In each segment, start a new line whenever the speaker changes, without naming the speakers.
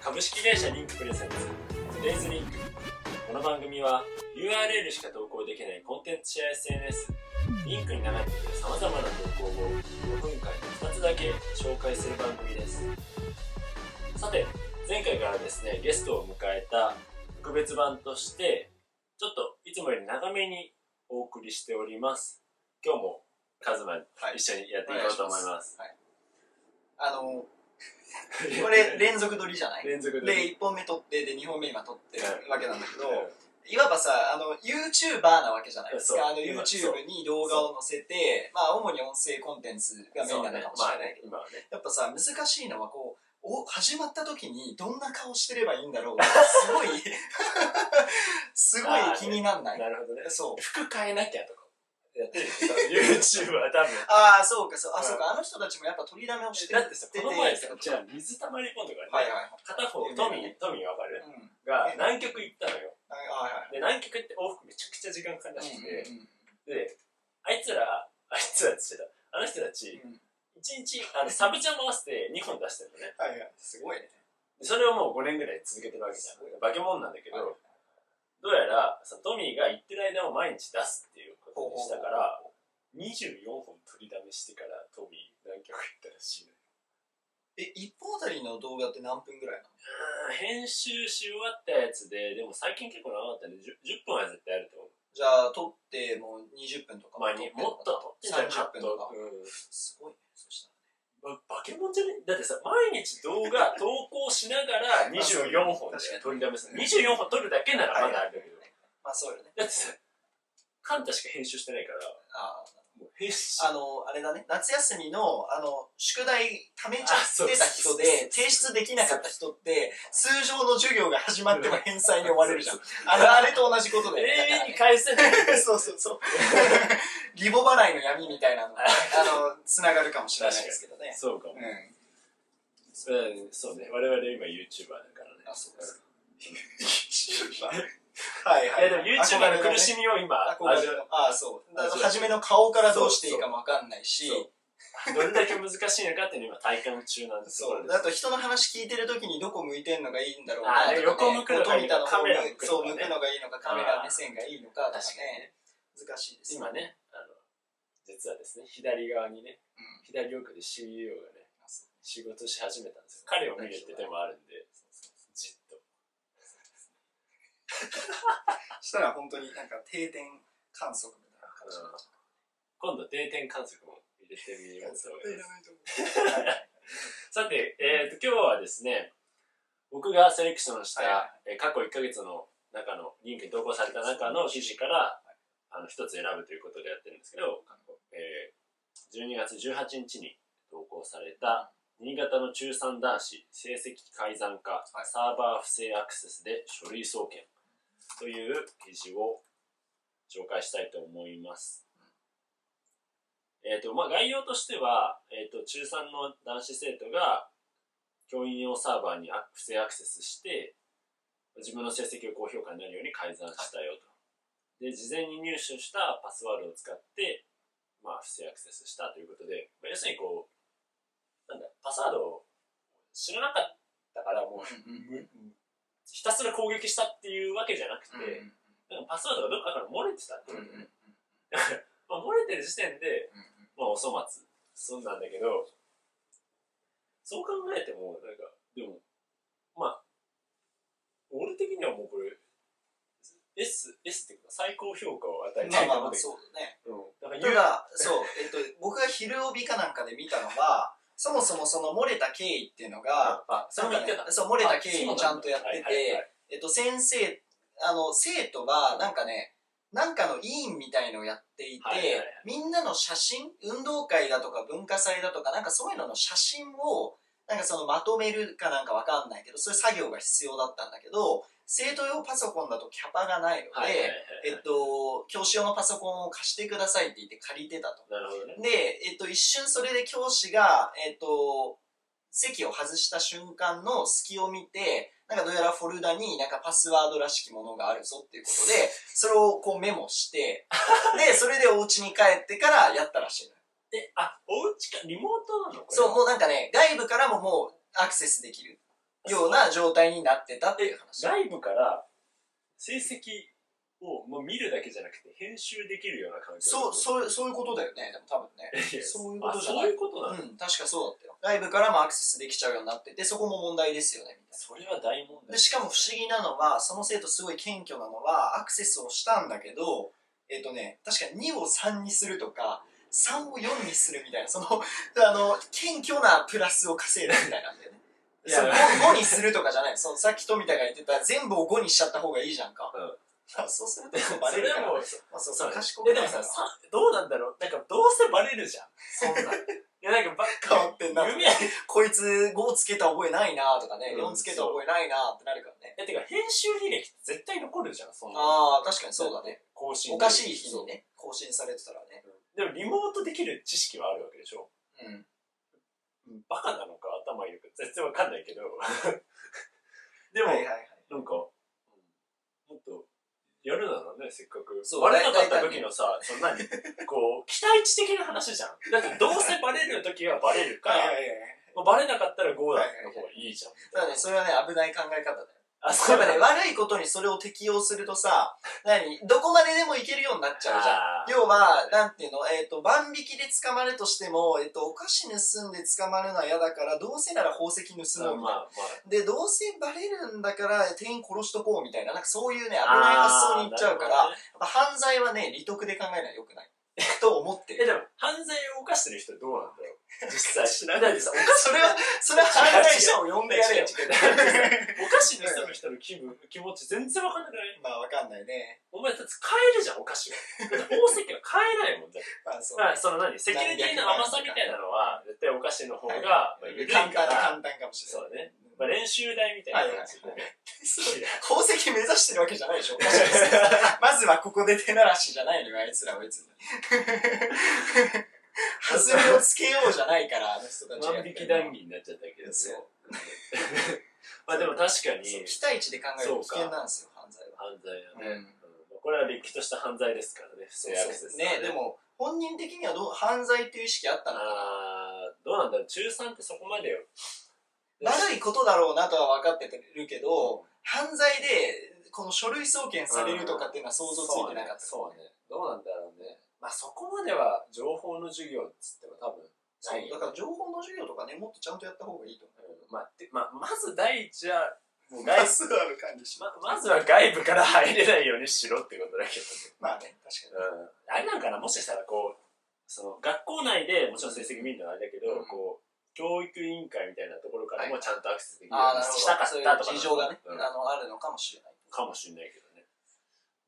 株式会社リンクプレゼンツ、レイズリンク。この番組は URL しか投稿できないコンテンツシェア SNS、リンクに流れている様々な投稿を5分間に2つだけ紹介する番組です。さて、前回からですね、ゲストを迎えた特別版として、ちょっといつもより長めにお送りしております。今日もカズマ
はい
一緒にやっていこうと思います。
はい。あの、これ連続撮りじゃな い
連続で。
で、1本目撮って、で、2本目今撮ってるわけなんだけ
うん
ど、いわばさ、あの、YouTuber なわけじゃないですか。
そう
あの、
今
YouTube に動画を載せて、まあ、主に音声コンテンツがメインなのかもしれない
そうねまあね、
けど、
今はね。
やっぱさ、難しいのはこう、お、始まった時にどんな顔してればいいんだろうって、すごい、 すごい気になんない
なるほどね。
そう。
服変えなきゃとか。やってるよ多分 YouTube は多分。
ああ、そうか、そう、
う
あ、
ん
そうか、あの人たちもやっぱ取りだめをして
だってさ、この前さ
て、
じゃあ水溜りボンドが
はい
ね、
はい
片方、トミー、トミーわかる
はい。うん。
が、南極行ったのよ。
はいはいはい。
で、南極って往復めちゃくちゃ時間かかるらしくて、
うんうん
で、あいつら、あいつらって言ってた、あの人たち、
うんうん
一日、あの、サブチャン回して2本出してるのね。
はいはい。すごいね。
でそれをもう5年ぐらい続けてるわけじゃ
すごい
ん。化け物なんだけど、
はい
どうやらさトミーが行ってる間を毎日出すっていうことにしたから24本取りだめしてからトミー何曲行ったらしいのよ
え、一本あたりの動画って何分ぐらいなの
うーん編集し終わったやつででも最近結構長かったね 10, 10分は絶対あると思う
じゃあ、撮ってもう20分とか。
まあにもっと取ってんじゃん
30分とか
カットうん
すごいね。そした
ま化け物じゃねだってさ毎日動画投稿しながら24本で
確かに
取りだめする24本取るだけならまだあるんだけど、
まあ、そうよね。
だってさカンタしか編集してないから
あ
もう編集
ーあの、あれだね。夏休みの、あの、宿題溜めちゃ
あそう
ってた人で、提出できなかった人って、通常の授業が始まっても返済に追われるじゃん。あれ、あれと同じことだよね。だから
永遠
ね
に返せない
そうそうそう。リボ払いの闇みたいなのが、あの、つながるかもしれないですけどね。
そうかも
うん。
うんそうね、我々今 YouTuber だからね。
あ、そうですか。
い
はいはい。
やでも YouTuber の苦しみを今、
憧
味
れ
わ
のああ、そう。だから
味わう
初めの顔からどうしていいかもわかんないし、
そうどれだけ難しいのかっていうのを今体感中なんです
そう。あと人の話聞いてる時にどこ向いてんのがいいんだろう
ああ
なと
横
か、
向くのがいいのか
カメ
カ
ラ
メラ向くのがね
そう、向くのがいいのか、カメ
あー
ラ目線がいいのか、
確かに
ね。難しいです。
今ね、あの、実はですね、左側にね、
う
左奥で CEO がね、
あそ
仕事し始めたんですよ。彼を見るって手もあるんで、じっと。
したら本当になんか定点観測みたいな感じになっちゃう
今度定点観測も入れてみようと思います。
はい
さて、えー、と今日はですね僕がセレクションした、
はい
えー
は
過去1ヶ月の中のリンクに投稿された中の記事から、あの一つ選ぶということでやってるんですけど、えー12月18日に投稿された新潟の中3男子成績改ざん化、
い
サーバー不正アクセスで書類送検という記事を紹介したいと思います。えっ、と、まあ、概要としては、えっ、と、中3の男子生徒が教員用サーバーにア不正アクセスして、自分の成績を高評価になるように改ざんしたよと。で、事前に入手したパスワードを使って、まあ、不正アクセスしたということで、まあ、要するにこう、なんだ、パスワードを知らなかったから、もう
うんうん
ひたすら攻撃したっていうわけじゃなくて、なんかパスワードがどっかから漏れてたって
う
い
ん
う
うん
ね、
うん
まあ、漏れてる時点で、
うん
まあ、お粗末そうなんだけどそう考えてもなんかでもまあ俺的にはもうこれ S, S っていうか最高評価を与え
ま
た
あ
い
まあ
と思
まあ、
う
そうだ
んだ
ね。
けど
ただ、そう、えっと、僕が昼帯かなんかで見たのは、そもそもその漏れた経緯っていうのが、
あそれも言ってた
そう、漏れた経緯もちゃんとやって
あ
て、
そうなんだはいはいはい
えっと、先生、あの、生徒が、なんかね、なんかの委員みたいのをやっていて、
はいはいはい
みんなの写真、運動会だとか文化祭だとか、なんかそういうのの写真を、なんかそのまとめるかなんかわかんないけど、そういう作業が必要だったんだけど、生徒用パソコンだとキャパがないので、
はいはいはい
えっと、教師用のパソコンを貸してくださいって言って借りてたと。
なるほどね
で、えっと、一瞬それで教師が、えっと、席を外した瞬間の隙を見て、なんかどうやらフォルダになんかパスワードらしきものがあるぞっていうこ とで、それをこうメモして、で、それでお家に帰ってからやったらしいのよ。
であおうちかリモートなのこれ
そう、もうなんかね、外部からももうアクセスできるような状態になってたっていう話。
外部から成績をもう見るだけじゃなくて編集できるような環境
そう、そう、そういうことだよね、でも多分ね。
いや
そういうことじゃ
あ
ない
そういうことなの、
うん、確かそうだったよ。外部からもアクセスできちゃうようになってて、そこも問題ですよね、みたい
それは大問題
な。で、しかも不思議なのは、その生徒すごい謙虚なのは、アクセスをしたんだけど、えっ、とね、確か2を3にするとか、3を4にするみたいな、その、あの、謙虚なプラスを稼いだみたいなんだよね。
いや
そう 5, にするとかじゃない。そのさっき富田が言ってた、全部を5にしちゃった方がいいじゃんか。
うん
まあ そうするとそうバ
そ
レ
れで
るから。
も
まあそう
そ
そうう、
ねい
賢
や
く
で
ない
も
か
さ
ら。
さどうなんだろうなんかどうせバレるじゃんそんなんいやなんかば
変わ ってんな
夢ある
こいつ5つけた覚えないなとかね、
うん
4つけた覚えないなってなるからね。
えてか編集履歴って絶対残るじゃんそんなの
ああ、確かにそうだね。
更新
おかしい日
そ
に
う
ね、更新されてたらね。
でもリモートできる知識はあるわけでしょ
うん。
バカなのか頭いいのか全然わかんないけどでも、
はいはいはい。
なんか、もっと、やるならね、せっかく。
そう
バレなかった時のさ、そんなに、こう、期待値的な話じゃん。だってどうせバレる時はバレるか
はいはい
ら、
はいはい。
もうバレなかったら5だった方がいいじゃん。
ただね、それはね、危ない考え方だよ。
あ、
や
そう
っぱ
だね。
ね、悪いことにそれを適用するとさ、何どこまででもいけるようになっちゃうじゃん。
あー
要は、なんていうの、えっ、と、万引きで捕まるとしても、えっ、と、お菓子盗んで捕まるのは嫌だから、どうせなら宝石盗もうみたいな。
まあ
で、どうせバレるんだから、店員殺しとこうみたいな、なんかそういうね、危ない
まあ。
発想にいっちゃうから、
あー
やっぱ犯罪はね、利得で考えるのは良くない。と思って
なるほどねえ、
る。
でも、犯罪を犯してる人はどうなんだよ。実際。知ら
ないです
お
それは、それは犯罪者を呼んでや れよ。
お菓子盗む人の気分、気持ち全然わかんなくない
まあ、わかんないね。
お前だって買えるじゃん、お菓子は。だって宝石は買えないもんだって
まあ、そう。
まあ、その何セキュリティの甘さみたいなのは、絶対お菓子の方が、まあ、緩いか
簡単、
ら、
簡単かもしれ
そう
ない。
だね。まあ、練習台みたいな感じで
は
ね。
そう宝石目指してるわけじゃない でしょ。まずはここで手ならしじゃないのよ、あいつらは別 に。弾みをつけようじゃないから、あの人たちがや
万
って
引
る
き
のは
談義になっちゃったけどね。
そう。
まあ、でも確かに、
そう期待値で考えると危険なんですよ、犯罪は。
犯罪だ
う
ね。
ん
うんこれはれっきとした犯罪ですからね、不
そう
正アクセス、
ねで。も本人的にはどう犯罪っていう意識あったの
あーどうなんだろう、中3ってそこまでよ。
悪いことだろうなとは分かってるけど犯罪でこの書類送検されるとかっていうのは想像ついてなかった
そうね。そうねどうなんだろうね。まあ、そこまでは情報の授業っつっても多分、
そ
ないよね
うだから情報の授業とかねもっとちゃんとやった方がいいと思
まあ、てまあ、まず第一は、も
う
う外
スある管理し
ま、まずは外部から入れないようにしろってことだけ
まあね確
ど、
か
うん、あれなんかな、もしかしたらこう、その学校内でもちろん成績見るのはあれだけど、
うん
こう、教育委員会みたいなところからも
はい
ちゃんとアクセスできる
に
よ
ああ
う
な
に
るほど
したかった
そ
と
うい
かなの
う事情がね
うん
あのあるのかもしれない
かもしれないけどね。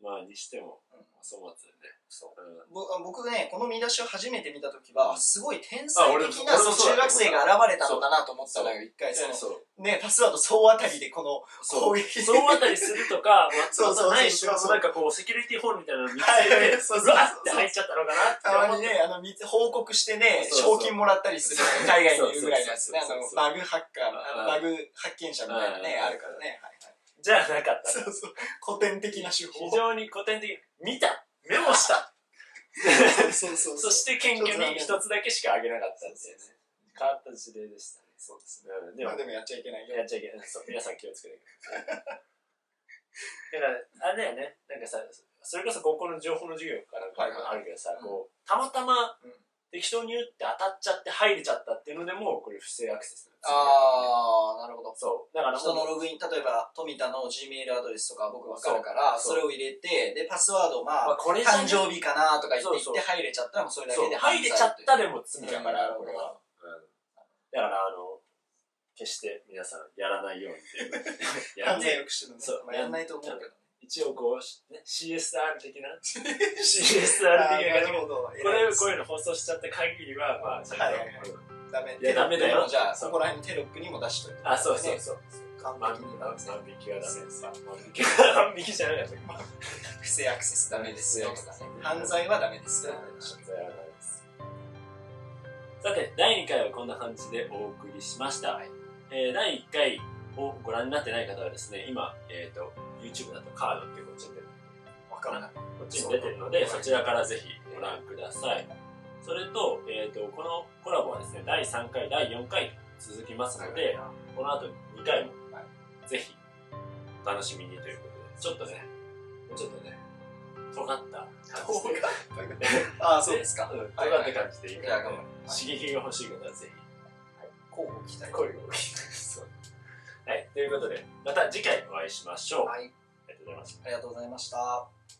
まあ、にしても、
うん
粗末でね。そう。ん、
ぼ僕ねこの見出しを初めて見た時
う
は
ん
すごい天才
俺も
的な
俺
そ
も
の
そうだ
中学生が現れたのかなと思ったのよ一回その
そう。
ねパスワード総当たりでこの
そう。
攻撃
そうあたりすると か、まあ、
そうそうそうそう
ないし、なんかこう、セキュリティホールみたいなの見つけ
はいは
て、
いそうそうそう
うわって入っちゃったのか
た
なって
ま
思
に
って。
ね、あの、み報告してね、
そうそう
賞金もらったりするの海外にいるぐらいのやつね、あ
そう
の
そうそう、そう
バグハッカーの、あの
は
バ
い
グ発見者みたいなね、
はい
あるからね。はいはい。
じゃあなかった
そうそう。古典的な手
非
法。
常に古典的に見たメモした
そうそうそ。
そうして謙虚に一つだけしかあげなかったんですよね変わった事例でしたねそうですね、でも
まあでもやっちゃいけないよ。
やっちゃいけないそう皆さん気をつけてくださいだからあれだよねなんかさそれこそ高校の情報の授業かなんかあるけどさ、
いはい
こうたまたま
うん
適当に打って当たっちゃって入れちゃったっていうのでもこれ不正アクセスあ
あー、なるほど。
そうだからもう
人のログイン、例えば、富田の Gmail アドレスとか僕わかるから、
そうそう
それを入れて、で、パスワード、
まあ
まあ、
これじゃね
誕生日かなとか言って、
そう
言
そう
って入れちゃったらもうそれだ
そう
けで
入れちゃったでも罪
罪
だか
だからら、
こ
こ
れ
れ
は
は。
だからあの決して皆さんやらないようにっていうや
犯
ん
罪
ね
抑止のね
そう
まあやんないと思うけど。
一応こうし、ね、CSR 的 な CSR 的な感じ
あー
も
ほど。
これこういうの放送しちゃった限りはまあちゃんと、
はいはいはいダメ。
いやダメだよ
でもじゃあ、
そう
そこら辺のテロップにも出しといて。
あそうそうそう、
完
万
璧
引
に
き
ダ
万
メですね。
引きはダメです万引きは 万引きじゃなかったけど
不正アクセスダメですよとかね
不正アクセス。
犯罪はダメですよ。
さて、第2回はこんな感じでお送りしました。えー第1回をご覧になってない方はですね、今、えー、と YouTube だとカードっていうこっちに出て
わかんない。
こっちに出てるので、そちらからぜひご覧ください。それと、えー、とこのコラボはですね、第3回、第4回続きますので、この後2回も、ぜひ、お楽しみにということで、ちょっとね、もうちょっとね、尖った感じで、
ああ、そうですか。
うん尖
はいはい
った感じでいいか
じゃあ、
ら、
頑張
刺激が欲しい方はぜひ、
候補期待。
声が大きい。そうはい、ということで、また次回お会いしましょう。
はい。
ありがとうございました。
ありがとうございました。